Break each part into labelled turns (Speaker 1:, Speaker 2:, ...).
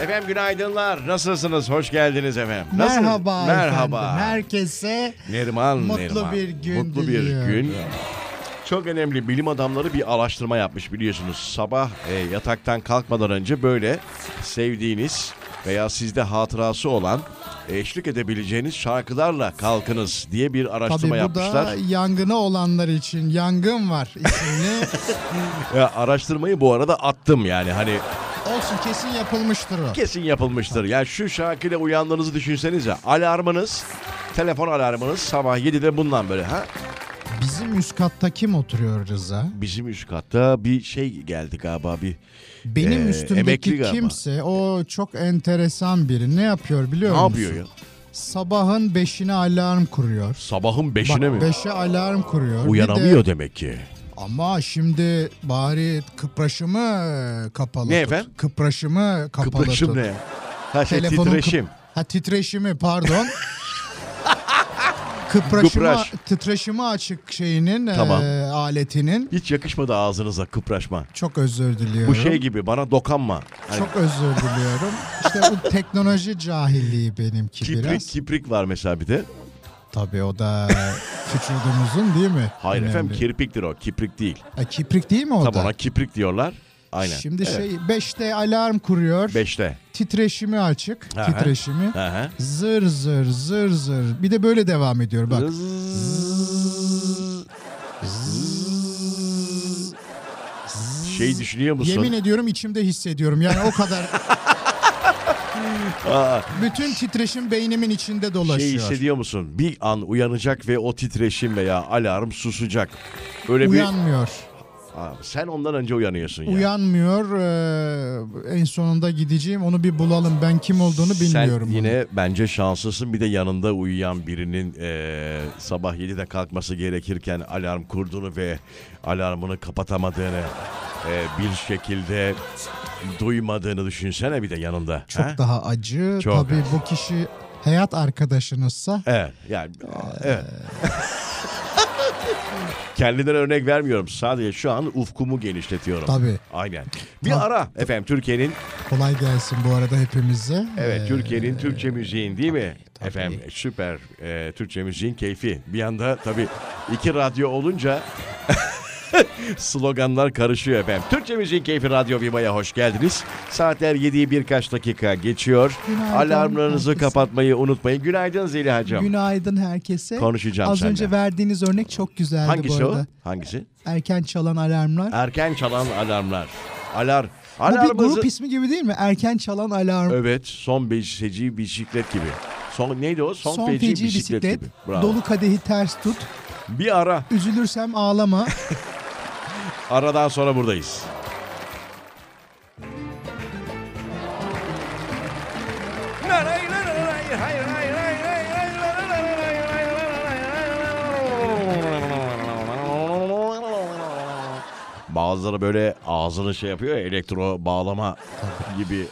Speaker 1: Efendim günaydınlar. Nasılsınız? Hoş geldiniz efendim. Nasılsınız?
Speaker 2: Merhaba
Speaker 1: Merhaba.
Speaker 2: efendim. Herkese
Speaker 1: Neriman,
Speaker 2: Mutlu
Speaker 1: Neriman.
Speaker 2: bir gün
Speaker 1: Mutlu bir
Speaker 2: diliyorum.
Speaker 1: gün. Çok önemli bilim adamları bir araştırma yapmış biliyorsunuz. Sabah e, yataktan kalkmadan önce böyle sevdiğiniz veya sizde hatırası olan eşlik edebileceğiniz şarkılarla kalkınız diye bir
Speaker 2: tabii
Speaker 1: araştırma
Speaker 2: bu
Speaker 1: yapmışlar.
Speaker 2: da yangını olanlar için Yangın Var isimli.
Speaker 1: Ya, araştırmayı bu arada attım yani hani
Speaker 2: Olsun kesin yapılmıştır o.
Speaker 1: kesin yapılmıştır. Yani şu şarkıyla uyandığınızı düşünsenize. Alarmınız, telefon alarmınız sabah 7'de bundan böyle ha.
Speaker 2: Bizim üst katta kim oturuyor Rıza?
Speaker 1: Bizim üst katta bir şey geldi galiba bir
Speaker 2: Benim
Speaker 1: Ee, emekli
Speaker 2: üstümdeki
Speaker 1: galiba.
Speaker 2: kimse o çok enteresan biri. Ne yapıyor biliyor
Speaker 1: ne
Speaker 2: musun?
Speaker 1: yapıyor ya?
Speaker 2: Sabahın beşine alarm kuruyor.
Speaker 1: Sabahın
Speaker 2: Bak,
Speaker 1: 5'ine mi?
Speaker 2: beşe alarm kuruyor. Bir de-
Speaker 1: Uyanamıyor demek ki.
Speaker 2: ama şimdi bari kıpraşımı kapalı
Speaker 1: Ne
Speaker 2: tut.
Speaker 1: efendim?
Speaker 2: Kıpraşımı kapalı
Speaker 1: Kıpraşım
Speaker 2: tut.
Speaker 1: ne? Ha şey
Speaker 2: Telefonun kıp-
Speaker 1: titreşim.
Speaker 2: ha titreşimi pardon. Kıpraşımı,
Speaker 1: Kıpraş.
Speaker 2: titreşimi açık şeyinin
Speaker 1: Tamam.
Speaker 2: e, aletinin
Speaker 1: Hiç yakışmadı ağzınıza kıpraşma.
Speaker 2: çok özür
Speaker 1: Bu
Speaker 2: diliyorum.
Speaker 1: şey gibi bana dokanma. Hani
Speaker 2: Çok özür diliyorum. İşte bu teknoloji cahilliği benimki
Speaker 1: kiprik
Speaker 2: biraz.
Speaker 1: kiprik var mesela bir de.
Speaker 2: Tabii o da küçüldüğümüzün değil mi?
Speaker 1: Hayır
Speaker 2: Önemli.
Speaker 1: efendim kirpiktir o kiprik değil.
Speaker 2: E, kiprik değil mi o
Speaker 1: Tam
Speaker 2: da?
Speaker 1: ona kiprik diyorlar. Aynen.
Speaker 2: Şimdi
Speaker 1: Evet.
Speaker 2: şey 5'te alarm kuruyor.
Speaker 1: Beşte.
Speaker 2: Titreşimi açık.
Speaker 1: Aha.
Speaker 2: Titreşimi.
Speaker 1: Hı hı.
Speaker 2: Zır zır zır zır. Bir de böyle devam ediyor bak.
Speaker 1: Zzzz. Zzzz. Şey düşünüyor musun?
Speaker 2: Yemin ediyorum içimde hissediyorum. Yani o kadar. Bütün titreşim beynimin içinde
Speaker 1: şey
Speaker 2: dolaşıyor.
Speaker 1: hissediyor musun? Bir an uyanacak ve o titreşim veya alarm susacak. Öyle
Speaker 2: Uyanmıyor.
Speaker 1: bir Aa, sen ondan önce uyanıyorsun ya.
Speaker 2: Uyanmıyor. Ee, en sonunda gideceğim. Onu bir bulalım. Ben kim olduğunu bilmiyorum.
Speaker 1: Sen yine bence şanslısın. Bir de yanında uyuyan birinin eee, sabah 7'de kalkması gerekirken alarm kurduğunu ve alarmını kapatamadığını eee, bir şekilde duymadığını düşünsene bir de yanında.
Speaker 2: Çok
Speaker 1: ha?
Speaker 2: daha acı.
Speaker 1: Çok
Speaker 2: Tabii
Speaker 1: acı.
Speaker 2: bu kişi hayat arkadaşınızsa
Speaker 1: Evet. Yani, evet. Kendiden örnek vermiyorum. Sadece şu an ufkumu genişletiyorum.
Speaker 2: Tabii.
Speaker 1: Aynen. Bir ara efendim Türkiye'nin
Speaker 2: kolay gelsin bu arada hepimize.
Speaker 1: evet
Speaker 2: Ee,
Speaker 1: Türkiye'nin Türkçe müziğin değil mi?
Speaker 2: tabii.
Speaker 1: Efendim süper e, Türkçe müziğin keyfi. Bir anda tabii iki radyo olunca sloganlar karışıyor efendim. Türkçe Müziğin Keyfi Radyo Viva'ya hoş geldiniz. Saatler 7'yi birkaç dakika geçiyor.
Speaker 2: Günaydın
Speaker 1: Alarmlarınızı
Speaker 2: herkese.
Speaker 1: kapatmayı unutmayın. Günaydın Zeliha'cığım.
Speaker 2: Günaydın herkese.
Speaker 1: Konuşacağım
Speaker 2: Az
Speaker 1: seninle.
Speaker 2: önce verdiğiniz örnek çok güzeldi
Speaker 1: Hangisi
Speaker 2: bu
Speaker 1: o?
Speaker 2: arada.
Speaker 1: Hangisi?
Speaker 2: Erken çalan alarmlar.
Speaker 1: Erken çalan alarmlar. Alar.
Speaker 2: Bu bir
Speaker 1: Alarmızı...
Speaker 2: grup ismi gibi değil mi? Erken çalan alarm.
Speaker 1: Evet, son feci bisiklet gibi. Son neydi o? Son,
Speaker 2: Son
Speaker 1: feci,
Speaker 2: feci
Speaker 1: bisiklet,
Speaker 2: bisiklet.
Speaker 1: gibi. Bravo.
Speaker 2: Dolu kadehi ters tut.
Speaker 1: Bir ara.
Speaker 2: Üzülürsem ağlama.
Speaker 1: Aradan sonra buradayız. Bazıları böyle ağzını şey yapıyor ya, elektro bağlama gibi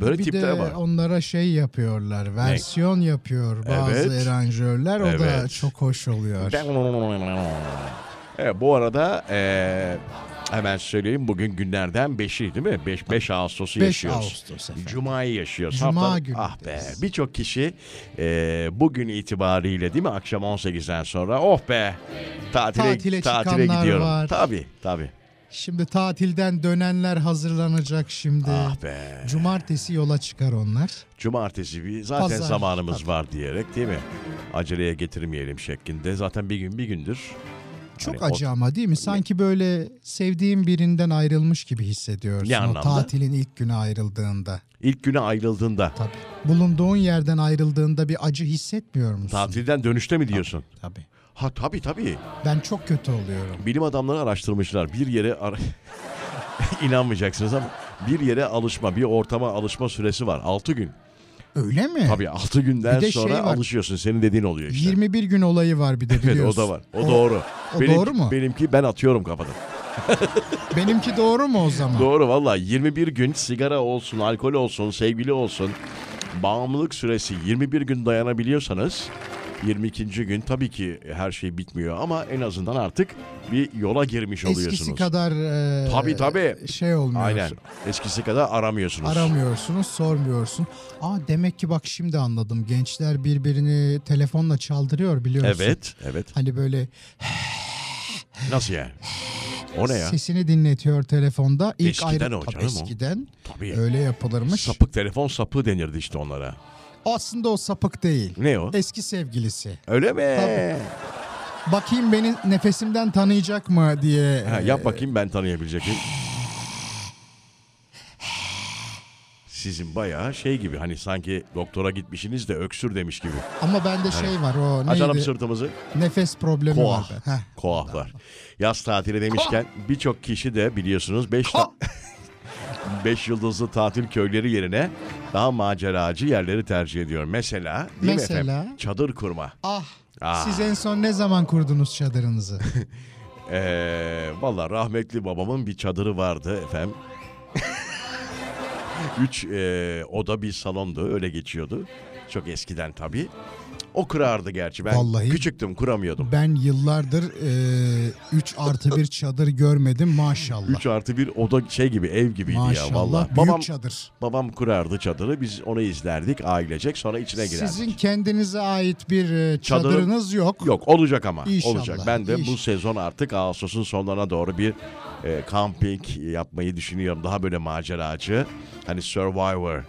Speaker 1: böyle
Speaker 2: bir
Speaker 1: tipler
Speaker 2: de
Speaker 1: var.
Speaker 2: onlara şey yapıyorlar. Versiyon yapıyor bazı
Speaker 1: Evet.
Speaker 2: aranjörler. O da
Speaker 1: Evet.
Speaker 2: çok hoş oluyor.
Speaker 1: Evet, bu arada eee, hemen söyleyeyim bugün günlerden 5'i değil mi? 5, 5 Ağustos'u
Speaker 2: 5
Speaker 1: yaşıyoruz.
Speaker 2: Ağustos efendim.
Speaker 1: Cuma'yı yaşıyoruz.
Speaker 2: Cuma
Speaker 1: Haftanın-
Speaker 2: günü
Speaker 1: Ah be
Speaker 2: diyoruz.
Speaker 1: birçok kişi eee, bugün itibariyle değil mi akşam 18'den sonra oh be tatile,
Speaker 2: Tatile
Speaker 1: tatile
Speaker 2: çıkanlar
Speaker 1: gidiyorum.
Speaker 2: var.
Speaker 1: Tabii tabii.
Speaker 2: Şimdi tatilden dönenler hazırlanacak şimdi.
Speaker 1: Ah be.
Speaker 2: Cumartesi yola çıkar onlar.
Speaker 1: Cumartesi bir zaten
Speaker 2: Pazar,
Speaker 1: zamanımız var diyerek değil mi? Aceleye getirmeyelim şeklinde. Zaten bir gün bir gündür.
Speaker 2: Çok
Speaker 1: Hani o-
Speaker 2: acı ama değil mi? Sanki böyle sevdiğin birinden ayrılmış gibi hissediyorsun.
Speaker 1: Ne
Speaker 2: o
Speaker 1: anlamda?
Speaker 2: tatilin ilk günü ayrıldığında.
Speaker 1: İlk güne ayrıldığında
Speaker 2: Tabii. Bulunduğun yerden ayrıldığında bir acı hissetmiyor musun?
Speaker 1: tatilden dönüşte mi diyorsun?
Speaker 2: Tabii.
Speaker 1: Ha tabii tabii.
Speaker 2: Ben çok kötü oluyorum.
Speaker 1: Bilim adamları araştırmışlar. Bir yere ara- inanmayacaksınız ama bir yere alışma, bir ortama alışma süresi var. 6 gün.
Speaker 2: Öyle mi?
Speaker 1: Tabii 6 günden
Speaker 2: Bir de şey
Speaker 1: sonra
Speaker 2: var.
Speaker 1: alışıyorsun. Senin dediğin oluyor işte.
Speaker 2: 21 gün olayı var bir de
Speaker 1: Evet,
Speaker 2: biliyorsun.
Speaker 1: o da var. O, doğru.
Speaker 2: o doğru mu?
Speaker 1: Benimki ben atıyorum kafadan.
Speaker 2: Benimki doğru mu o zaman?
Speaker 1: Doğru valla 21 gün sigara olsun, alkol olsun, sevgili olsun. Bağımlılık süresi 21 gün dayanabiliyorsanız 22. gün tabii ki her şey bitmiyor ama en azından artık bir yola girmiş
Speaker 2: Eskisi
Speaker 1: oluyorsunuz.
Speaker 2: kadar e,
Speaker 1: Tabii, tabii.
Speaker 2: şey olmuyor.
Speaker 1: Aynen. Eskisi kadar aramıyorsunuz.
Speaker 2: Aramıyorsunuz, sormuyorsun. Aa demek ki bak şimdi anladım. Gençler birbirini telefonla çaldırıyor biliyorsun.
Speaker 1: Evet, evet.
Speaker 2: Hani böyle
Speaker 1: Nasıl yani? O ne ya?
Speaker 2: sesini dinletiyor telefonda. İlk
Speaker 1: Eskiden
Speaker 2: ayrı,
Speaker 1: o
Speaker 2: Tabii
Speaker 1: canım o.
Speaker 2: eskiden
Speaker 1: Tabii.
Speaker 2: öyle yapılırmış.
Speaker 1: Sapık telefon sapığı denirdi işte onlara.
Speaker 2: Aslında o sapık değil.
Speaker 1: Ne o?
Speaker 2: Eski sevgilisi.
Speaker 1: Öyle mi?
Speaker 2: Tabii. Bakayım beni nefesimden tanıyacak mı diye.
Speaker 1: Ha, yap bakayım ben tanıyabilecek miyim? Sizin bayağı şey gibi hani sanki doktora gitmişsiniz de öksür demiş gibi.
Speaker 2: Ama bende
Speaker 1: Hani
Speaker 2: şey var o neydi?
Speaker 1: Açalım sırtımızı.
Speaker 2: Nefes problemi
Speaker 1: Koah.
Speaker 2: var. Heh.
Speaker 1: Koahlar. Yaz tatili demişken birçok kişi de biliyorsunuz 5
Speaker 2: Koah.
Speaker 1: 5 yıldızlı tatil köyleri yerine daha maceracı yerleri tercih ediyor. Mesela değil
Speaker 2: Mesela?
Speaker 1: mi efendim? Çadır kurma.
Speaker 2: Ah.
Speaker 1: Ah.
Speaker 2: Siz en son ne zaman kurdunuz çadırınızı?
Speaker 1: Ee, Valla rahmetli babamın bir çadırı vardı efendim. Üç e, oda bir salondu öyle geçiyordu. Çok eskiden tabii. O kırardı gerçi ben
Speaker 2: Vallahi-
Speaker 1: küçüktüm kuramıyordum.
Speaker 2: Ben yıllardır 3 artı bir çadır görmedim maşallah.
Speaker 1: 3 artı bir oda şey gibi ev gibiydi ya valla.
Speaker 2: maşallah. Büyük
Speaker 1: Babam,
Speaker 2: çadır.
Speaker 1: babam kurardı çadırı biz onu izlerdik ailecek sonra içine girerdik.
Speaker 2: Sizin kendinize ait bir e,
Speaker 1: Çadırın-
Speaker 2: çadırınız yok.
Speaker 1: Yok olacak ama
Speaker 2: İnşallah,
Speaker 1: olacak. Ben de bu
Speaker 2: inşallah.
Speaker 1: sezon artık Ağustos'un sonlarına doğru bir e, kamping yapmayı düşünüyorum. Daha böyle maceracı. Hani Survivor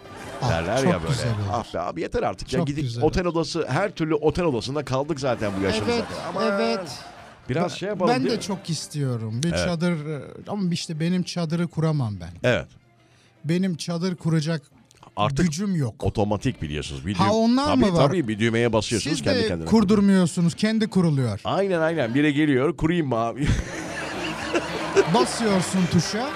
Speaker 2: Ah,
Speaker 1: derler
Speaker 2: çok
Speaker 1: ya böyle.
Speaker 2: güzel olur.
Speaker 1: Ah be abi yeter artık ya
Speaker 2: Çok
Speaker 1: gidip
Speaker 2: güzel
Speaker 1: otel odası her türlü otel odasında kaldık zaten bu yaşımıza.
Speaker 2: Evet,
Speaker 1: kadar. Ama
Speaker 2: evet.
Speaker 1: Biraz şey yapalım
Speaker 2: ben
Speaker 1: değil
Speaker 2: de
Speaker 1: mi?
Speaker 2: çok istiyorum. Bir çadır e, ama işte benim çadırı kuramam ben.
Speaker 1: Evet.
Speaker 2: Benim çadır kuracak
Speaker 1: Artık
Speaker 2: gücüm yok.
Speaker 1: otomatik biliyorsunuz. Bir
Speaker 2: Ha, onlar
Speaker 1: tabii,
Speaker 2: mı var?
Speaker 1: Tabii bir düğmeye basıyorsunuz
Speaker 2: Siz
Speaker 1: kendi
Speaker 2: de
Speaker 1: kendine.
Speaker 2: kurdurmuyorsunuz. Kendi kuruluyor.
Speaker 1: Aynen aynen. Biri geliyor kurayım mı abi?
Speaker 2: Basıyorsun tuşa.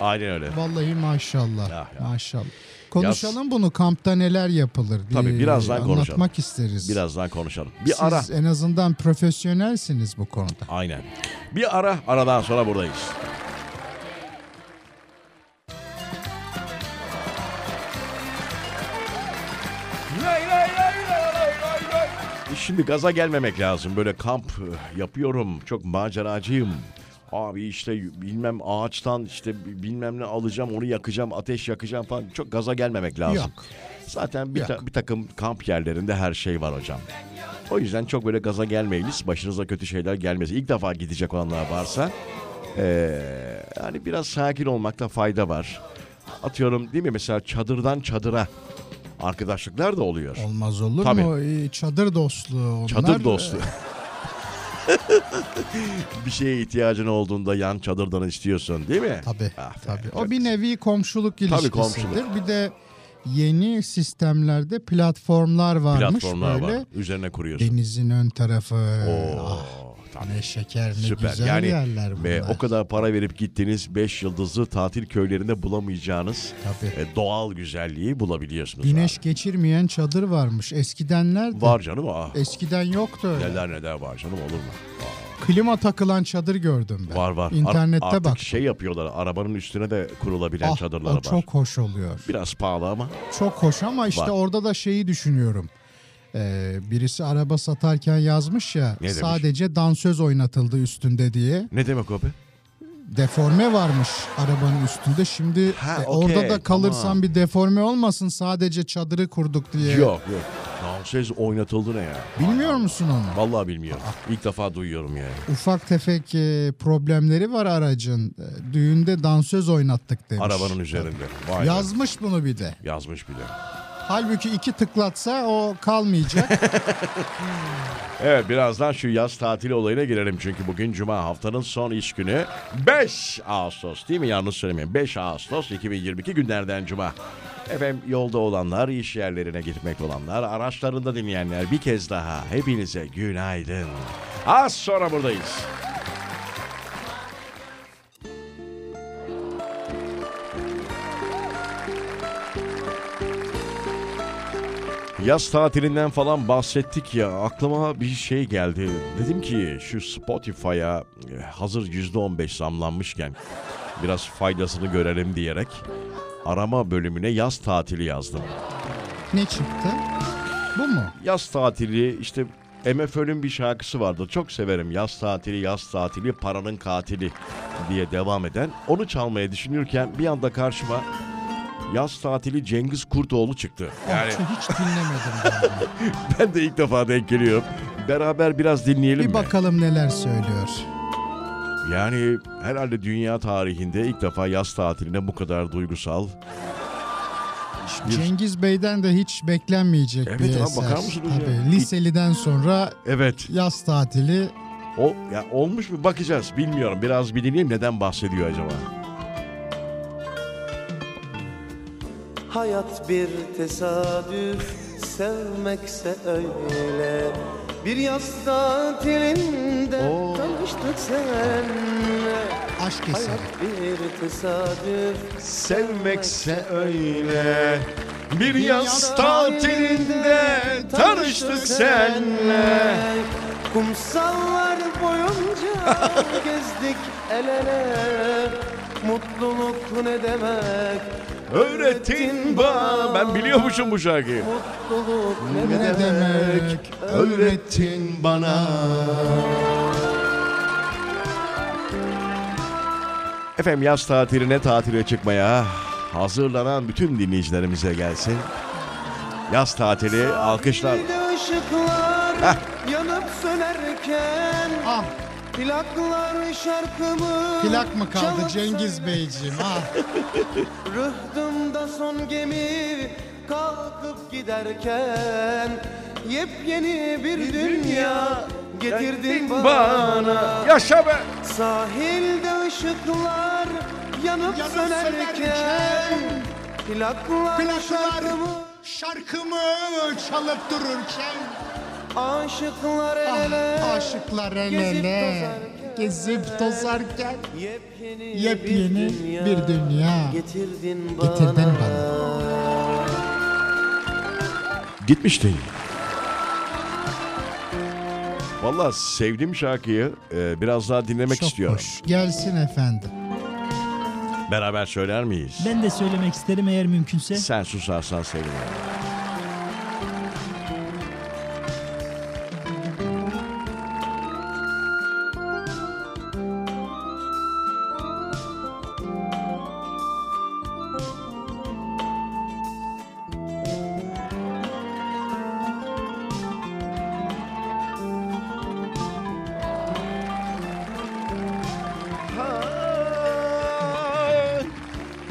Speaker 1: aynen öyle.
Speaker 2: Vallahi maşallah.
Speaker 1: Ya, ya.
Speaker 2: Maşallah. Konuşalım bunu kampta neler yapılır diye
Speaker 1: Tabii, birazdan
Speaker 2: anlatmak
Speaker 1: konuşalım.
Speaker 2: isteriz.
Speaker 1: Birazdan konuşalım. Bir
Speaker 2: Siz
Speaker 1: ara.
Speaker 2: en azından profesyonelsiniz bu konuda.
Speaker 1: Aynen. Bir ara, aradan sonra buradayız. Şimdi gaza gelmemek lazım. Böyle kamp e, yapıyorum. Çok maceracıyım. Abi işte bilmem ağaçtan işte bilmem ne alacağım onu yakacağım ateş yakacağım falan. Çok gaza gelmemek lazım.
Speaker 2: Yok.
Speaker 1: Zaten bir,
Speaker 2: Yok.
Speaker 1: ta- bir takım kamp yerlerinde her şey var hocam. O yüzden çok böyle gaza gelmeyiniz. Başınıza kötü şeyler gelmesin. İlk defa gidecek olanlar varsa eee, yani biraz sakin olmakta fayda var. Atıyorum değil mi mesela çadırdan çadıra arkadaşlıklar da oluyor.
Speaker 2: Olmaz olur
Speaker 1: Tabii.
Speaker 2: mu? Ee, Çadır dostluğu onlar. e,
Speaker 1: Çadır dostu. bir şeye ihtiyacın olduğunda yan çadırdan istiyorsun değil mi?
Speaker 2: Tabii.
Speaker 1: Ah be,
Speaker 2: tabii.
Speaker 1: çok
Speaker 2: O bir nevi komşuluk ilişkisidir.
Speaker 1: komşuluk.
Speaker 2: Bir de yeni sistemlerde platformlar varmış
Speaker 1: Platformlar
Speaker 2: böyle.
Speaker 1: var. Üzerine kuruyorsun.
Speaker 2: Denizin ön tarafı.
Speaker 1: Oo,
Speaker 2: Ah,
Speaker 1: tabii.
Speaker 2: ne şeker ne
Speaker 1: Süper.
Speaker 2: güzel
Speaker 1: yani
Speaker 2: yerler bunlar.
Speaker 1: ve o kadar para verip gittiğiniz 5 yıldızlı tatil köylerinde bulamayacağınız
Speaker 2: Tabii.
Speaker 1: e, doğal güzelliği bulabiliyorsunuz.
Speaker 2: Güneş
Speaker 1: abi.
Speaker 2: geçirmeyen çadır varmış. Eskiden nerede?
Speaker 1: var canım. Ah,
Speaker 2: Eskiden yoktu öyle.
Speaker 1: neler neler var canım olur mu?
Speaker 2: Klima takılan çadır gördüm ben.
Speaker 1: Var var. Ar-
Speaker 2: İnternette
Speaker 1: artık
Speaker 2: bak.
Speaker 1: şey yapıyorlar. Arabanın üstüne de kurulabilen
Speaker 2: Ah,
Speaker 1: çadırlar
Speaker 2: o
Speaker 1: var.
Speaker 2: çok hoş oluyor.
Speaker 1: Biraz pahalı ama
Speaker 2: Çok hoş ama işte
Speaker 1: Var.
Speaker 2: orada da şeyi düşünüyorum. Ee, birisi araba satarken yazmış ya
Speaker 1: Ne demiş?
Speaker 2: sadece dansöz oynatıldı üstünde diye.
Speaker 1: ne demek o be?
Speaker 2: Deforme varmış arabanın üstünde. Şimdi
Speaker 1: Ha,
Speaker 2: e,
Speaker 1: okey,
Speaker 2: orada da kalırsan
Speaker 1: tamam.
Speaker 2: bir deforme olmasın sadece çadırı kurduk diye.
Speaker 1: Yok yok. Dansöz oynatıldı ne ya?
Speaker 2: Bilmiyor musun onu?
Speaker 1: Vallahi bilmiyorum. İlk defa duyuyorum yani.
Speaker 2: Ufak tefek e, problemleri var aracın. E, Düğünde dansöz oynattık demiş.
Speaker 1: Arabanın üzerinde. Vay be.
Speaker 2: Yazmış bunu bir de.
Speaker 1: Yazmış bile.
Speaker 2: Halbuki iki tıklatsa o kalmayacak.
Speaker 1: Evet birazdan şu yaz tatili olayına girelim çünkü bugün Cuma haftanın son iş günü 5 Ağustos değil mi yanlış söylemeyeyim 5 Ağustos 2022 günlerden Cuma. Efendim yolda olanlar, iş yerlerine gitmek olanlar, araçlarında dinleyenler bir kez daha hepinize günaydın. Az sonra buradayız. Yaz tatilinden falan bahsettik ya aklıma bir şey geldi. Dedim ki şu Spotify'a e, hazır %15 zamlanmışken biraz faydasını görelim diyerek arama bölümüne yaz tatili yazdım.
Speaker 2: ne çıktı? Bu mu?
Speaker 1: Yaz tatili işte MFÖ'nün bir şarkısı vardı. Çok severim. Yaz tatili, yaz tatili, paranın katili diye devam eden. Onu çalmaya düşünürken bir anda karşıma yaz tatili Cengiz Kurtoğlu çıktı. Yani
Speaker 2: Çok hiç dinlemedim. ben.
Speaker 1: ben de ilk defa denk geliyorum. Beraber biraz dinleyelim
Speaker 2: bir
Speaker 1: mi?
Speaker 2: bakalım neler söylüyor.
Speaker 1: Yani herhalde dünya tarihinde ilk defa yaz tatiline bu kadar duygusal. Bir-
Speaker 2: Cengiz Bey'den de hiç beklenmeyecek
Speaker 1: Evet
Speaker 2: bir
Speaker 1: abi,
Speaker 2: eser.
Speaker 1: bakar mısınız ya?
Speaker 2: Tabii, liseliden sonra
Speaker 1: Evet.
Speaker 2: yaz tatili
Speaker 1: O ya olmuş mu bakacağız bilmiyorum. Biraz bir dinleyeyim neden bahsediyor acaba?
Speaker 3: Hayat bir tesadüf sevmekse öyle Bir yaz tatilinde
Speaker 1: Oo.
Speaker 3: tanıştık senle
Speaker 2: aşk eseri.
Speaker 3: Hayat bir tesadüf
Speaker 1: Sevmekse öyle bir
Speaker 3: yaz tatilinde tanıştık senle Kumsallar boyunca gezdik el ele Mutluluk ne demek
Speaker 1: öğretin bana. Ben biliyormuşum bu şarkıyı.
Speaker 3: Mutluluk ne
Speaker 1: Ee,
Speaker 3: demek
Speaker 2: Ne demek?
Speaker 1: Öğretin bana. Efendim yaz tatiline tatile çıkmaya hazırlanan bütün dinleyicilerimize gelsin. Yaz tatili alkışlar.
Speaker 3: Bir de ışıklar yanıp sönerken
Speaker 2: Ah
Speaker 3: Plaklar şarkımı
Speaker 2: plak mı kaldı
Speaker 3: çalıp
Speaker 2: Cengiz
Speaker 3: söner-
Speaker 2: Beyciğim? Ah.
Speaker 3: Rıhtımda son gemi kalkıp giderken Yepyeni bir, dünya getirdin bana
Speaker 1: Yaşa be!
Speaker 3: Sahilde ışıklar yanıp,
Speaker 2: Yanıp
Speaker 3: sönerken,
Speaker 2: sönerken,
Speaker 3: Plaklar, şarkımı
Speaker 2: şarkımı çalıp dururken
Speaker 3: aşıklar el ele
Speaker 2: ah, aşıklar el
Speaker 3: gezip
Speaker 2: ele
Speaker 3: tozarken.
Speaker 2: gezip tozarken
Speaker 3: Yepyeni,
Speaker 2: yepyeni bir dünya
Speaker 3: Getirdin bana.
Speaker 2: getirdin bana.
Speaker 1: Gitmiş değil. Valla sevdim şarkıyı. Ee, biraz daha dinlemek
Speaker 2: Çok
Speaker 1: istiyorum.
Speaker 2: hoş. Gelsin efendim.
Speaker 1: Beraber söyler miyiz?
Speaker 4: Ben de söylemek isterim eğer mümkünse.
Speaker 1: Sen susarsan sevinirim.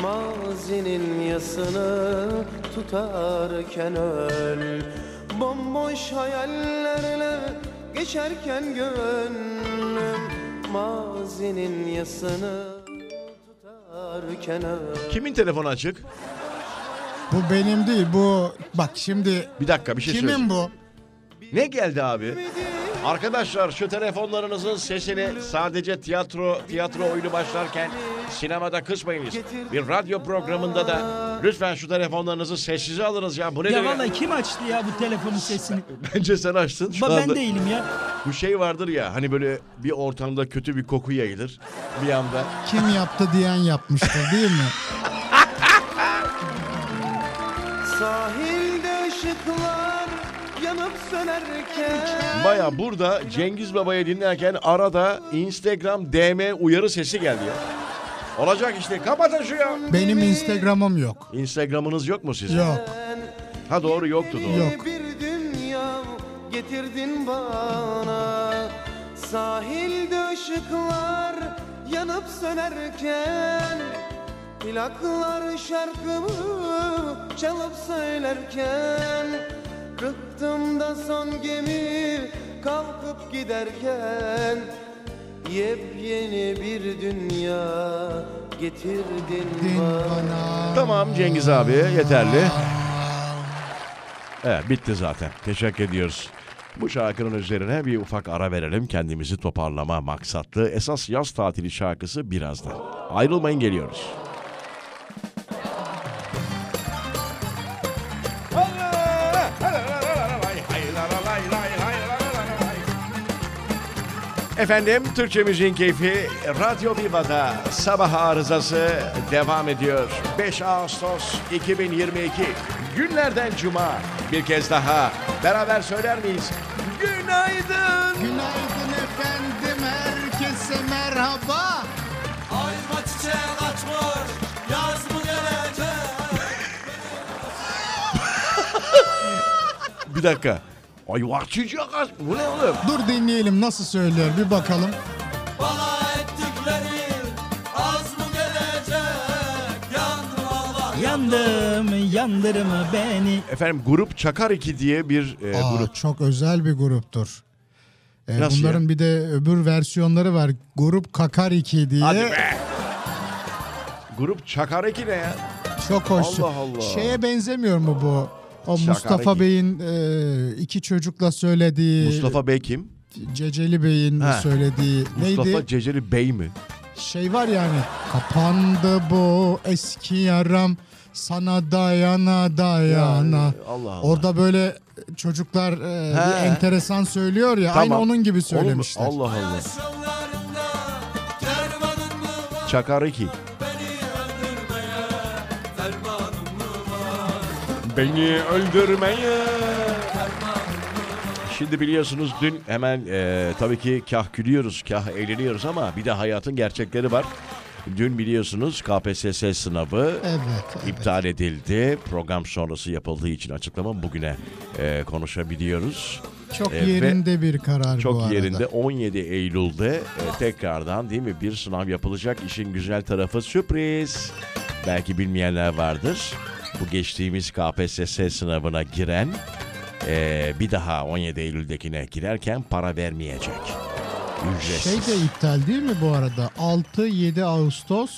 Speaker 3: Mazinin yasını tutarken öl Bomboş hayallerle geçerken gönlüm Mazinin yasını tutarken öl
Speaker 1: Kimin telefonu açık?
Speaker 2: Bu benim değil bu. Bak şimdi
Speaker 1: Bir dakika bir şey söyleyeceğim.
Speaker 2: kimin bu?
Speaker 1: Ne geldi abi? Arkadaşlar şu telefonlarınızın sesini sadece tiyatro tiyatro oyunu başlarken sinemada kısmayınız. Bir radyo programında da lütfen şu telefonlarınızı sessize alınız ya. Bu ne
Speaker 4: Ya
Speaker 1: demek?
Speaker 4: vallahi kim açtı ya bu telefonun sesini?
Speaker 1: Bence sen açtın şu
Speaker 4: Ba ben
Speaker 1: anda.
Speaker 4: değilim ya.
Speaker 1: Bu şey vardır ya hani böyle bir ortamda kötü bir koku yayılır bir anda.
Speaker 2: Kim yaptı diyen yapmıştır değil mi?
Speaker 3: Sahilde ışıklar yanıp sönerken
Speaker 1: Baya burada Cengiz Baba'yı dinlerken arada Instagram DM uyarı sesi geldi ya. Olacak işte kapatın şu ya.
Speaker 2: Benim Instagram'ım yok.
Speaker 1: Instagram'ınız yok mu sizin?
Speaker 2: Yok
Speaker 1: Ha doğru yoktu doğru.
Speaker 2: Yok.
Speaker 3: Bir dünya getirdin bana Sahilde ışıklar yanıp sönerken Plaklar şarkımı çalıp söylerken Rıhtımda son gemi kalkıp giderken Yepyeni bir dünya getirdin
Speaker 2: din
Speaker 3: bana
Speaker 2: bana.
Speaker 1: Tamam Cengiz abi yeterli. Evet bitti zaten. Teşekkür ediyoruz. Bu şarkının üzerine bir ufak ara verelim. Kendimizi toparlama maksatlı esas yaz tatili şarkısı birazdan. Ayrılmayın geliyoruz. Efendim Türkçe Müziğin Keyfi Radyo Viva'da sabah arızası devam ediyor. 5 Ağustos 2022 günlerden cuma bir kez daha beraber söyler miyiz? Günaydın!
Speaker 3: günaydın
Speaker 2: Günaydın efendim herkese merhaba.
Speaker 5: Ayma çiçek açmış, yaz mı gelecek?
Speaker 1: Bir dakika. Ay vah çiçek aç. Bu ne oğlum?
Speaker 2: Dur dinleyelim nasıl söylüyor bir bakalım.
Speaker 5: Bana ettikleri az mı gelecek? Yandım Allah.
Speaker 4: Yandım, yandırma beni.
Speaker 1: Efendim grup Çakar 2 diye bir e,
Speaker 2: Aa,
Speaker 1: grup.
Speaker 2: Çok özel bir gruptur. Ee,
Speaker 1: Nasıl
Speaker 2: bunların
Speaker 1: ya?
Speaker 2: bir de öbür versiyonları var. Grup Kakar 2 diye.
Speaker 1: Hadi be. Grup Çakar 2 ne ya?
Speaker 2: Çok hoş.
Speaker 1: Allah Allah.
Speaker 2: Şeye benzemiyor mu bu? O
Speaker 1: Şakara
Speaker 2: Mustafa
Speaker 1: gibi.
Speaker 2: Bey'in e, iki çocukla
Speaker 1: Ee,
Speaker 2: söylediği,
Speaker 1: Mustafa Bey kim?
Speaker 2: Ceceli Bey'in
Speaker 1: Ha.
Speaker 2: söylediği
Speaker 1: Mustafa
Speaker 2: neydi?
Speaker 1: Ceceli Bey mi?
Speaker 2: şey var yani. Kapandı bu eski yaram sana dayana dayana.
Speaker 1: Ya, Allah Allah.
Speaker 2: Orada böyle çocuklar e,
Speaker 1: He.
Speaker 2: bir enteresan söylüyor ya. Aynı onun gibi
Speaker 1: Oğlum,
Speaker 2: söylemişler.
Speaker 1: Allah Allah.
Speaker 5: Yaş yollarında kervanın mı var?
Speaker 1: Çakar 2.
Speaker 5: Beni öldürmeye fermanın mı var?
Speaker 1: Beni öldürmeye. Şimdi biliyorsunuz dün hemen e, tabii ki kah gülüyoruz, kah eğleniyoruz ama bir de hayatın gerçekleri var. Dün biliyorsunuz KPSS sınavı
Speaker 2: Evet, evet.
Speaker 1: iptal edildi. Program sonrası yapıldığı için açıklama bugüne e, konuşabiliyoruz.
Speaker 2: Çok
Speaker 1: E, ve
Speaker 2: yerinde bir karar bu
Speaker 1: Çok
Speaker 2: arada.
Speaker 1: yerinde 17 Eylül'de e, tekrardan değil mi bir sınav yapılacak. İşin güzel tarafı sürpriz. Belki bilmeyenler vardır. Bu geçtiğimiz KPSS sınavına giren e, bir daha 17 Eylül'dekine girerken para vermeyecek.
Speaker 2: Şey
Speaker 1: Ücretsiz.
Speaker 2: de iptal değil mi bu arada? 6-7 Ağustos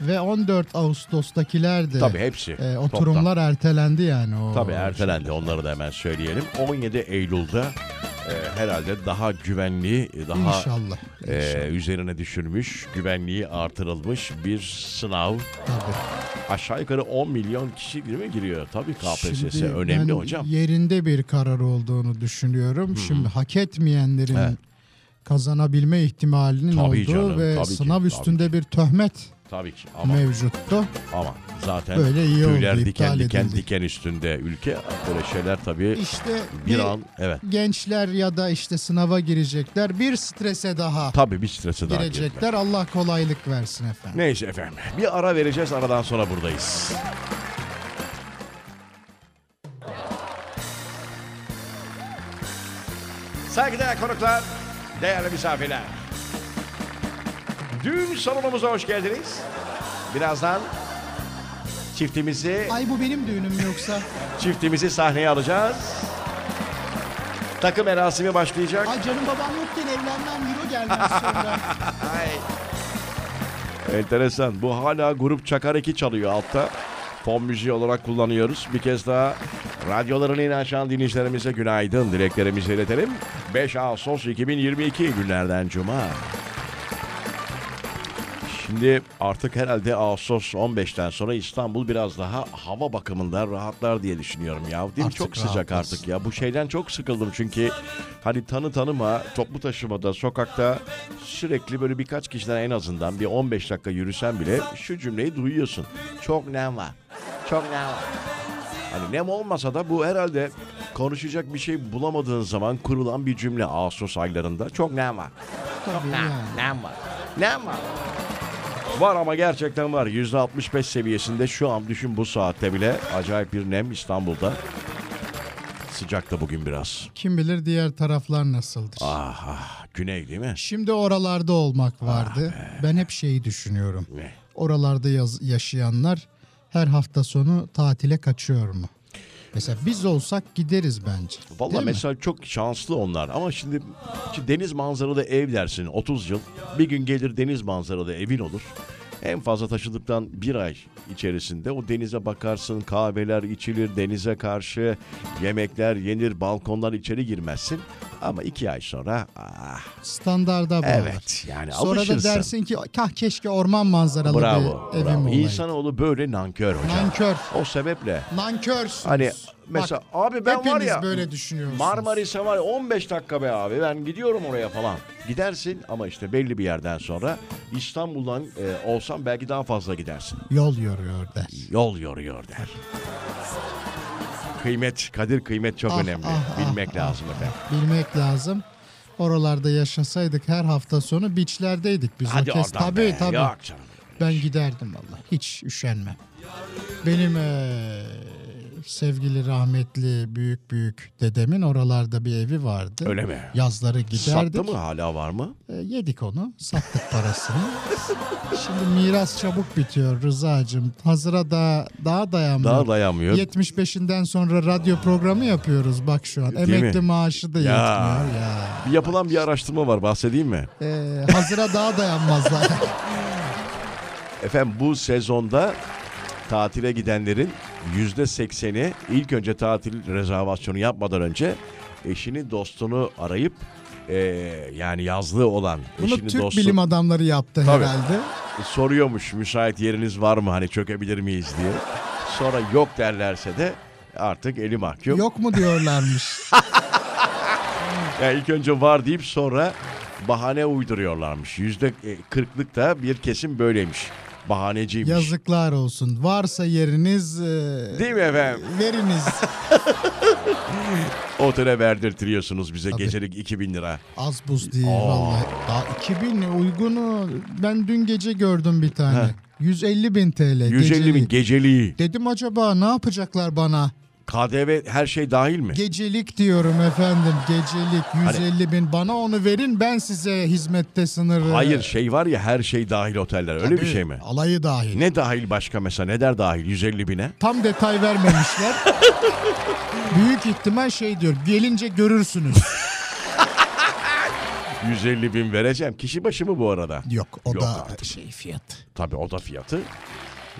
Speaker 2: ve 14 Ağustos'takiler de
Speaker 1: Tabii hepsi.
Speaker 2: e,
Speaker 1: Toplam.
Speaker 2: oturumlar ertelendi yani. O şey.
Speaker 1: Tabii ertelendi onları da hemen söyleyelim. 17 Eylül'de e, herhalde daha güvenli, daha
Speaker 2: İnşallah.
Speaker 1: e, üzerine düşünmüş, güvenliği artırılmış bir sınav.
Speaker 2: Tabii.
Speaker 1: Aşağı yukarı 10 milyon kişi değil mi giriyor? Tabii KPSS
Speaker 2: Şimdi
Speaker 1: önemli
Speaker 2: ben
Speaker 1: hocam.
Speaker 2: Yerinde bir karar olduğunu düşünüyorum. Şimdi hak etmeyenlerin
Speaker 1: Evet.
Speaker 2: kazanabilme ihtimalinin
Speaker 1: Tabii
Speaker 2: olduğu
Speaker 1: canım,
Speaker 2: ve
Speaker 1: tabii ki,
Speaker 2: sınav
Speaker 1: tabii
Speaker 2: üstünde bir töhmet
Speaker 1: Tabii ki ama
Speaker 2: mevcuttu.
Speaker 1: ama zaten
Speaker 2: Böyle iyi oldu,
Speaker 1: tüyler
Speaker 2: iptal
Speaker 1: diken diken
Speaker 2: edildi.
Speaker 1: diken üstünde ülke böyle şeyler tabii
Speaker 2: İşte
Speaker 1: bir an evet.
Speaker 2: gençler ya da işte sınava girecekler bir strese daha
Speaker 1: Tabii bir strese daha girdiler.
Speaker 2: girecekler. Allah kolaylık versin efendim.
Speaker 1: Neyse efendim. Bir ara vereceğiz. Aradan sonra buradayız. Saygıdeğer konuklar, değerli misafirler. Dün salonumuza hoş geldiniz. Birazdan çiftimizi
Speaker 2: Ay bu benim düğünüm yoksa.
Speaker 1: çiftimizi sahneye alacağız. Takım erasimi başlayacak.
Speaker 2: Ay canım babam yokken evlenmem euro gelmez sonra.
Speaker 1: Enteresan. Bu hala grup Çakar 2 çalıyor altta. Fon müziği olarak kullanıyoruz. Bir kez daha radyolarını yeni açan dinleyicilerimize günaydın dileklerimizi iletelim. 5 Ağustos 2022 günlerden Cuma. Şimdi artık herhalde Ağustos 15'ten sonra İstanbul biraz daha hava bakımından rahatlar diye düşünüyorum ya. Değil mi?
Speaker 2: Artık
Speaker 1: çok sıcak
Speaker 2: rahatlasın.
Speaker 1: artık ya. Bu şeyden çok sıkıldım çünkü hani tanı tanıma toplu taşımada, sokakta sürekli böyle birkaç kişiden en azından bir 15 dakika yürüsen bile şu cümleyi duyuyorsun. Çok nem var. Çok nem var. Hani nem olmasa da bu herhalde konuşacak bir şey bulamadığın zaman kurulan bir cümle Ağustos aylarında. Çok nem var.
Speaker 2: Tabii yani.
Speaker 1: Nem var. Nem var. Var ama gerçekten var. %65 seviyesinde şu an düşün bu saatte bile acayip bir nem İstanbul'da. Sıcak da bugün biraz.
Speaker 2: Kim bilir diğer taraflar nasıldır.
Speaker 1: Ah, ah güney değil mi?
Speaker 2: Şimdi oralarda olmak vardı. ben hep şeyi düşünüyorum.
Speaker 1: Ne?
Speaker 2: Oralarda yaz- yaşayanlar her hafta sonu tatile kaçıyor mu? Mesela biz olsak gideriz bence.
Speaker 1: Valla
Speaker 2: Değil mi?
Speaker 1: mesela çok şanslı onlar ama şimdi, şimdi deniz manzaralı ev dersin 30 yıl. Bir gün gelir deniz manzaralı evin olur. En fazla taşıdıktan bir ay içerisinde o denize bakarsın, kahveler içilir, denize karşı yemekler yenir, balkondan içeri girmezsin. Ama iki ay sonra ah,
Speaker 2: Standarda bağlar.
Speaker 1: evet yani
Speaker 2: Sonra
Speaker 1: alışırsın.
Speaker 2: da dersin ki kah keşke orman manzaralı
Speaker 1: bravo,
Speaker 2: bir evim
Speaker 1: bravo.
Speaker 2: olaydı.
Speaker 1: İnsanoğlu böyle nankör hocam.
Speaker 2: Nankör.
Speaker 1: O sebeple
Speaker 2: Nankörsünüz.
Speaker 1: Hani
Speaker 2: Bak,
Speaker 1: mesela abi ben var
Speaker 2: hepiniz
Speaker 1: ya
Speaker 2: böyle düşünüyorsunuz.
Speaker 1: Marmaris'e var ya 15 dakika be abi ben gidiyorum oraya falan. Gidersin ama işte belli bir yerden sonra İstanbul'dan e, olsan belki daha fazla gidersin.
Speaker 2: Yol yoruyor der.
Speaker 1: Yol yoruyor der. kıymet, kadir kıymet çok
Speaker 2: Ah,
Speaker 1: önemli.
Speaker 2: ah, ah,
Speaker 1: Bilmek
Speaker 2: ah,
Speaker 1: lazım
Speaker 2: ah.
Speaker 1: efendim.
Speaker 2: Bilmek lazım. Oralarda yaşasaydık her hafta sonu biçlerdeydik biz.
Speaker 1: Hadi
Speaker 2: o kez.
Speaker 1: oradan
Speaker 2: Tabii
Speaker 1: be.
Speaker 2: tabii.
Speaker 1: Yok canım.
Speaker 2: Ben giderdim valla. Hiç üşenmem. Benim eee, sevgili rahmetli büyük büyük dedemin oralarda bir evi vardı.
Speaker 1: Öyle mi?
Speaker 2: Yazları giderdik.
Speaker 1: Sattı mı hala var mı?
Speaker 2: E, yedik onu. Sattık parasını. Şimdi miras çabuk bitiyor Rıza'cığım. Hazıra da daha dayanmıyor.
Speaker 1: Daha dayanmıyor.
Speaker 2: 75'inden sonra radyo programı yapıyoruz bak şu an.
Speaker 1: Değil mi?
Speaker 2: Emekli maaşı da
Speaker 1: Ya.
Speaker 2: yetmiyor ya.
Speaker 1: Bir yapılan bir araştırma var bahsedeyim mi?
Speaker 2: E, hazıra daha dayanmazlar.
Speaker 1: Efendim bu sezonda tatile gidenlerin yüzde sekseni ilk önce tatil rezervasyonu yapmadan önce eşini dostunu arayıp eee, yani yazlığı olan
Speaker 2: Bunu
Speaker 1: eşini
Speaker 2: Türk
Speaker 1: dostu
Speaker 2: bilim adamları yaptı
Speaker 1: Tabii.
Speaker 2: herhalde.
Speaker 1: soruyormuş müsait yeriniz var mı hani çökebilir miyiz diye. Sonra yok derlerse de artık eli mahkum.
Speaker 2: Yok mu diyorlarmış.
Speaker 1: Yani ilk önce var deyip sonra bahane uyduruyorlarmış. Yüzde e, kırklık da bir kesim böyleymiş. Bahaneciymiş.
Speaker 2: Yazıklar olsun. Varsa yeriniz e,
Speaker 1: Değil mi efendim?
Speaker 2: veriniz.
Speaker 1: Otele verdirtiyorsunuz bize gecelik 2000 lira.
Speaker 2: Az buz değil vallahi. Daha 2000 uygunu ben dün gece gördüm bir tane. 150 bin TL.
Speaker 1: 150 bin
Speaker 2: gecelik.
Speaker 1: geceliği.
Speaker 2: Dedim acaba ne yapacaklar bana?
Speaker 1: KDV her şey dahil mi?
Speaker 2: Gecelik diyorum efendim.
Speaker 1: Hani-
Speaker 2: Gecelik 150 bin. Bana onu verin ben size hizmette sınırı.
Speaker 1: Hayır şey var ya her şey dahil oteller öyle bir
Speaker 2: Tabii,
Speaker 1: şey mi?
Speaker 2: Alayı dahil.
Speaker 1: Ne dahil başka mesela ne der dahil 150 bine?
Speaker 2: Tam detay vermemişler. Büyük ihtimal şey diyor. Gelince görürsünüz.
Speaker 1: 150 bin vereceğim. Kişi başı mı bu arada?
Speaker 2: Yok o
Speaker 1: Yok
Speaker 2: da
Speaker 1: artık.
Speaker 2: şey fiyat.
Speaker 1: Tabii o da fiyatı.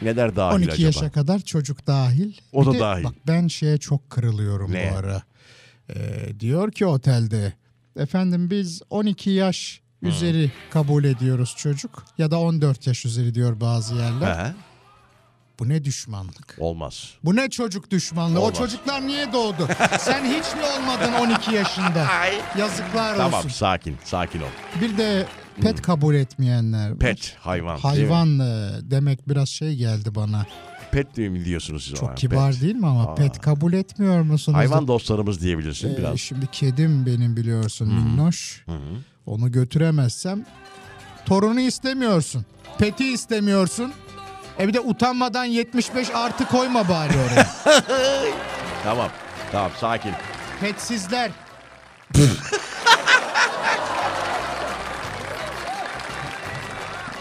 Speaker 1: Ne der dahil
Speaker 2: 12
Speaker 1: acaba?
Speaker 2: yaşa kadar çocuk dahil.
Speaker 1: O
Speaker 2: Bir
Speaker 1: da
Speaker 2: de
Speaker 1: dahil.
Speaker 2: Bak ben şeye çok kırılıyorum
Speaker 1: Ne?
Speaker 2: bu ara. Ee, diyor ki otelde efendim biz 12 yaş üzeri kabul ediyoruz çocuk ya da 14 yaş üzeri diyor bazı yerler.
Speaker 1: He,
Speaker 2: Bu ne düşmanlık?
Speaker 1: olmaz.
Speaker 2: Bu ne çocuk düşmanlığı?
Speaker 1: Olmaz.
Speaker 2: O çocuklar niye doğdu? Sen hiç mi olmadın 12 yaşında? Yazıklar
Speaker 1: Tamam
Speaker 2: olsun.
Speaker 1: sakin sakin ol.
Speaker 2: Bir de pet kabul etmeyenler. var.
Speaker 1: Pet hayvan. değil mi?
Speaker 2: Hayvan e, demek biraz şey geldi bana.
Speaker 1: Pet değil mi diyorsunuz siz ona?
Speaker 2: Çok kibar
Speaker 1: Pet.
Speaker 2: değil mi ama pet kabul etmiyor musunuz?
Speaker 1: Hayvan dostlarımız diyebilirsin
Speaker 2: Ee,
Speaker 1: biraz.
Speaker 2: Şimdi kedim benim biliyorsun minnoş. Onu götüremezsem torunu istemiyorsun. Peti istemiyorsun. E bir de utanmadan 75 artı koyma bari oraya.
Speaker 1: Tamam. Tamam sakin.
Speaker 2: Petsizler.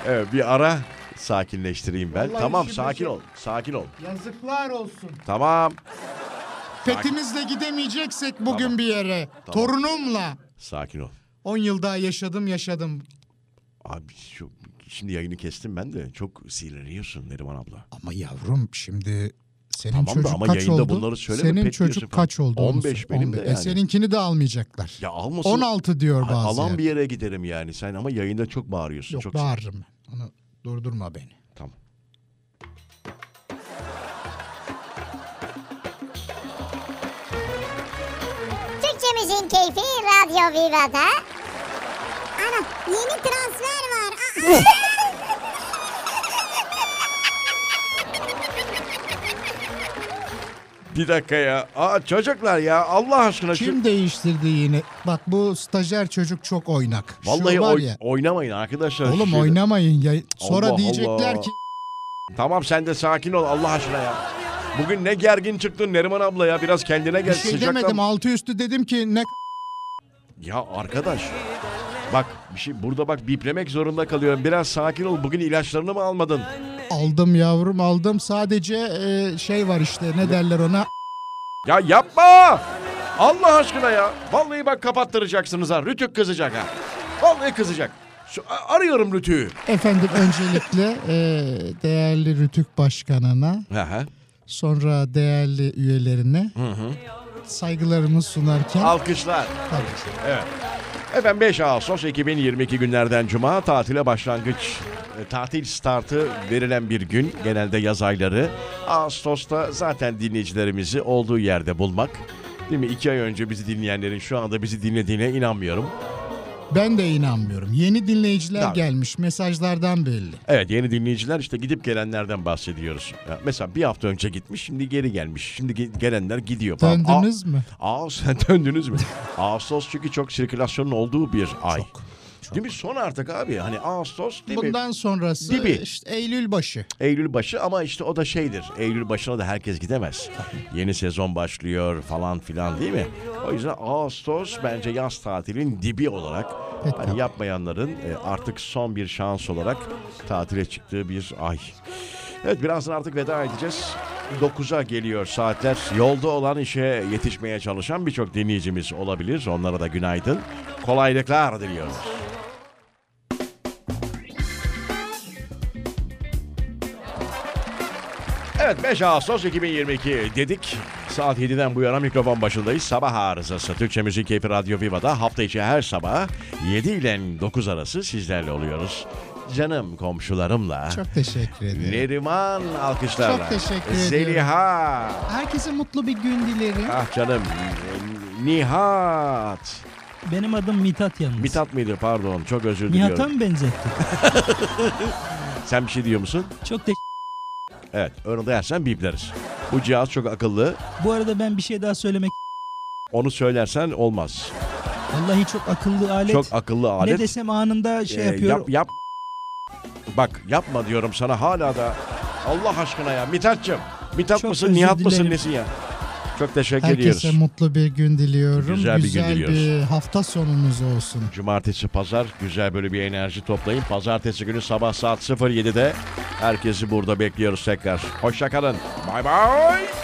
Speaker 1: Evet bir ara sakinleştireyim ben.
Speaker 2: Vallahi
Speaker 1: tamam
Speaker 2: şimdi
Speaker 1: sakin
Speaker 2: şey-
Speaker 1: ol. Sakin ol.
Speaker 2: Yazıklar olsun.
Speaker 1: Tamam.
Speaker 2: Petimizle gidemeyeceksek bugün
Speaker 1: Tamam.
Speaker 2: bir yere.
Speaker 1: Tamam.
Speaker 2: Torunumla.
Speaker 1: Sakin ol.
Speaker 2: 10 yıl daha yaşadım yaşadım.
Speaker 1: Abi şu, şimdi yayını kestim ben de. Çok sinirleniyorsun Neriman abla.
Speaker 2: Ama yavrum şimdi senin
Speaker 1: Tamam da
Speaker 2: çocuk
Speaker 1: ama
Speaker 2: kaç
Speaker 1: yayında
Speaker 2: oldu?
Speaker 1: bunları söyleme, pet
Speaker 2: senin
Speaker 1: diyorsun
Speaker 2: çocuk
Speaker 1: falan.
Speaker 2: kaç oldu? onu
Speaker 1: 15
Speaker 2: söyle.
Speaker 1: benim de
Speaker 2: 15.
Speaker 1: yani.
Speaker 2: E seninkini de almayacaklar.
Speaker 1: Ya almasın.
Speaker 2: 16 diyor
Speaker 1: Ay,
Speaker 2: bazı.
Speaker 1: Alan
Speaker 2: yer.
Speaker 1: bir yere giderim yani. Sen ama yayında çok bağırıyorsun.
Speaker 2: Yok
Speaker 1: çok
Speaker 2: bağırırım. ben. Onu durdurma beni.
Speaker 1: Tamam.
Speaker 6: Türkçe müziğin keyfi Radyo Viva'da. Ana yeni transfer var. Aa,
Speaker 1: Bir dakika ya. Aa çocuklar ya Allah aşkına. şu-
Speaker 2: Kim değiştirdi yine? Bak bu stajyer çocuk çok oynak. Şu
Speaker 1: Vallahi
Speaker 2: var
Speaker 1: oy-
Speaker 2: ya.
Speaker 1: oynamayın arkadaşlar. şu
Speaker 2: Oğlum
Speaker 1: şeyde.
Speaker 2: oynamayın. Ya. Sonra
Speaker 1: Allah
Speaker 2: diyecekler
Speaker 1: Allah.
Speaker 2: ki
Speaker 1: Tamam sen de sakin ol Allah aşkına ya. Bugün ne gergin çıktın Neriman abla ya. Biraz kendine gel.
Speaker 2: bir şey
Speaker 1: sıcaklan.
Speaker 2: demedim altı üstü dedim ki ne
Speaker 1: Ya arkadaş. Bak bir şey burada bak biplemek zorunda kalıyorum. Biraz sakin ol. Bugün ilaçlarını mı almadın?
Speaker 2: aldım yavrum aldım. Sadece e, şey var işte ne derler ona
Speaker 1: Ya yapma! Allah aşkına ya. Vallahi bak kapattıracaksınız ha. Rütük kızacak ha. Vallahi kızacak. Şu, a- arıyorum Rütü'yü.
Speaker 2: Efendim öncelikle e, değerli Rütük Başkanı'na
Speaker 1: Hı hı.
Speaker 2: sonra değerli üyelerine saygılarımı sunarken
Speaker 1: Alkışlar.
Speaker 2: Tabii.
Speaker 1: Efendim 5 Ağustos 2022 günlerden Cuma tatile başlangıç e, tatil startı verilen bir gün genelde yaz ayları Ağustos'ta zaten dinleyicilerimizi olduğu yerde bulmak değil mi? 2 ay önce bizi dinleyenlerin şu anda bizi dinlediğine inanmıyorum.
Speaker 2: Ben de inanmıyorum. Yeni dinleyiciler
Speaker 1: Tabii.
Speaker 2: gelmiş. Mesajlardan belli.
Speaker 1: Evet yeni dinleyiciler işte gidip gelenlerden bahsediyoruz. Ya mesela bir hafta önce gitmiş şimdi geri gelmiş. Şimdi ge- gelenler gidiyor. falan.
Speaker 2: Döndünüz mü?
Speaker 1: Ağustos döndünüz mü? Ağustos çünkü çok sirkülasyonun olduğu bir ay. Değil mi? Son artık abi. Hani Ağustos değil mi?
Speaker 2: Bundan sonrası
Speaker 1: Dibi.
Speaker 2: işte Eylül başı.
Speaker 1: Eylül başı ama işte o da şeydir. Eylül başına da herkes gidemez. Yeni sezon başlıyor falan filan değil mi? O yüzden Ağustos bence yaz tatilin dibi olarak hani yapmayanların e, artık son bir şans olarak tatile çıktığı bir ay. Evet birazdan artık veda edeceğiz. 9'a geliyor saatler. Yolda olan işe yetişmeye çalışan birçok dinleyicimiz olabilir. Onlara da günaydın. Kolaylıklar diliyoruz. Evet 5 Ağustos 2022 dedik. Saat 7'den bu yana mikrofon başındayız. Sabah arızası Türkçe Müzik Keyfi Radyo Viva'da hafta içi her sabah 7 ile 9 arası sizlerle oluyoruz. Canım komşularımla.
Speaker 2: Çok teşekkür ederim.
Speaker 1: Neriman alkışlarla.
Speaker 2: Çok teşekkür ediyorum.
Speaker 1: Zeliha.
Speaker 2: Herkese mutlu bir gün dilerim.
Speaker 1: Ah canım. Nihat.
Speaker 4: Benim adım Mithat yalnız.
Speaker 1: Mithat mıydı pardon çok özür
Speaker 4: Nihat'a
Speaker 1: diliyorum.
Speaker 4: mı benzetti?
Speaker 1: Sen bir şey diyor musun?
Speaker 4: Çok te-
Speaker 1: Evet önünde yersen bipleriz. Bu cihaz çok akıllı.
Speaker 4: Bu arada ben bir şey daha söylemek...
Speaker 1: Onu söylersen olmaz.
Speaker 4: Vallahi çok akıllı alet.
Speaker 1: Çok akıllı alet.
Speaker 4: Ne desem anında şey
Speaker 1: Ee,
Speaker 4: yapıyor.
Speaker 1: Yap, yap. Bak yapma diyorum sana hala da. Allah aşkına ya Mithat'cığım. Mithat
Speaker 4: Çok
Speaker 1: mısın
Speaker 4: özür
Speaker 1: Nihat mısın
Speaker 4: dilerim.
Speaker 1: nesin ya? Çok teşekkür ediyoruz.
Speaker 2: Herkese mutlu bir gün diliyorum.
Speaker 1: Güzel bir gün
Speaker 2: bir
Speaker 1: diliyoruz.
Speaker 2: hafta sonunuz olsun.
Speaker 1: Cumartesi pazar güzel böyle bir enerji toplayın. Pazartesi günü sabah saat 07'de herkesi burada bekliyoruz tekrar. Hoşçakalın. Bay bay.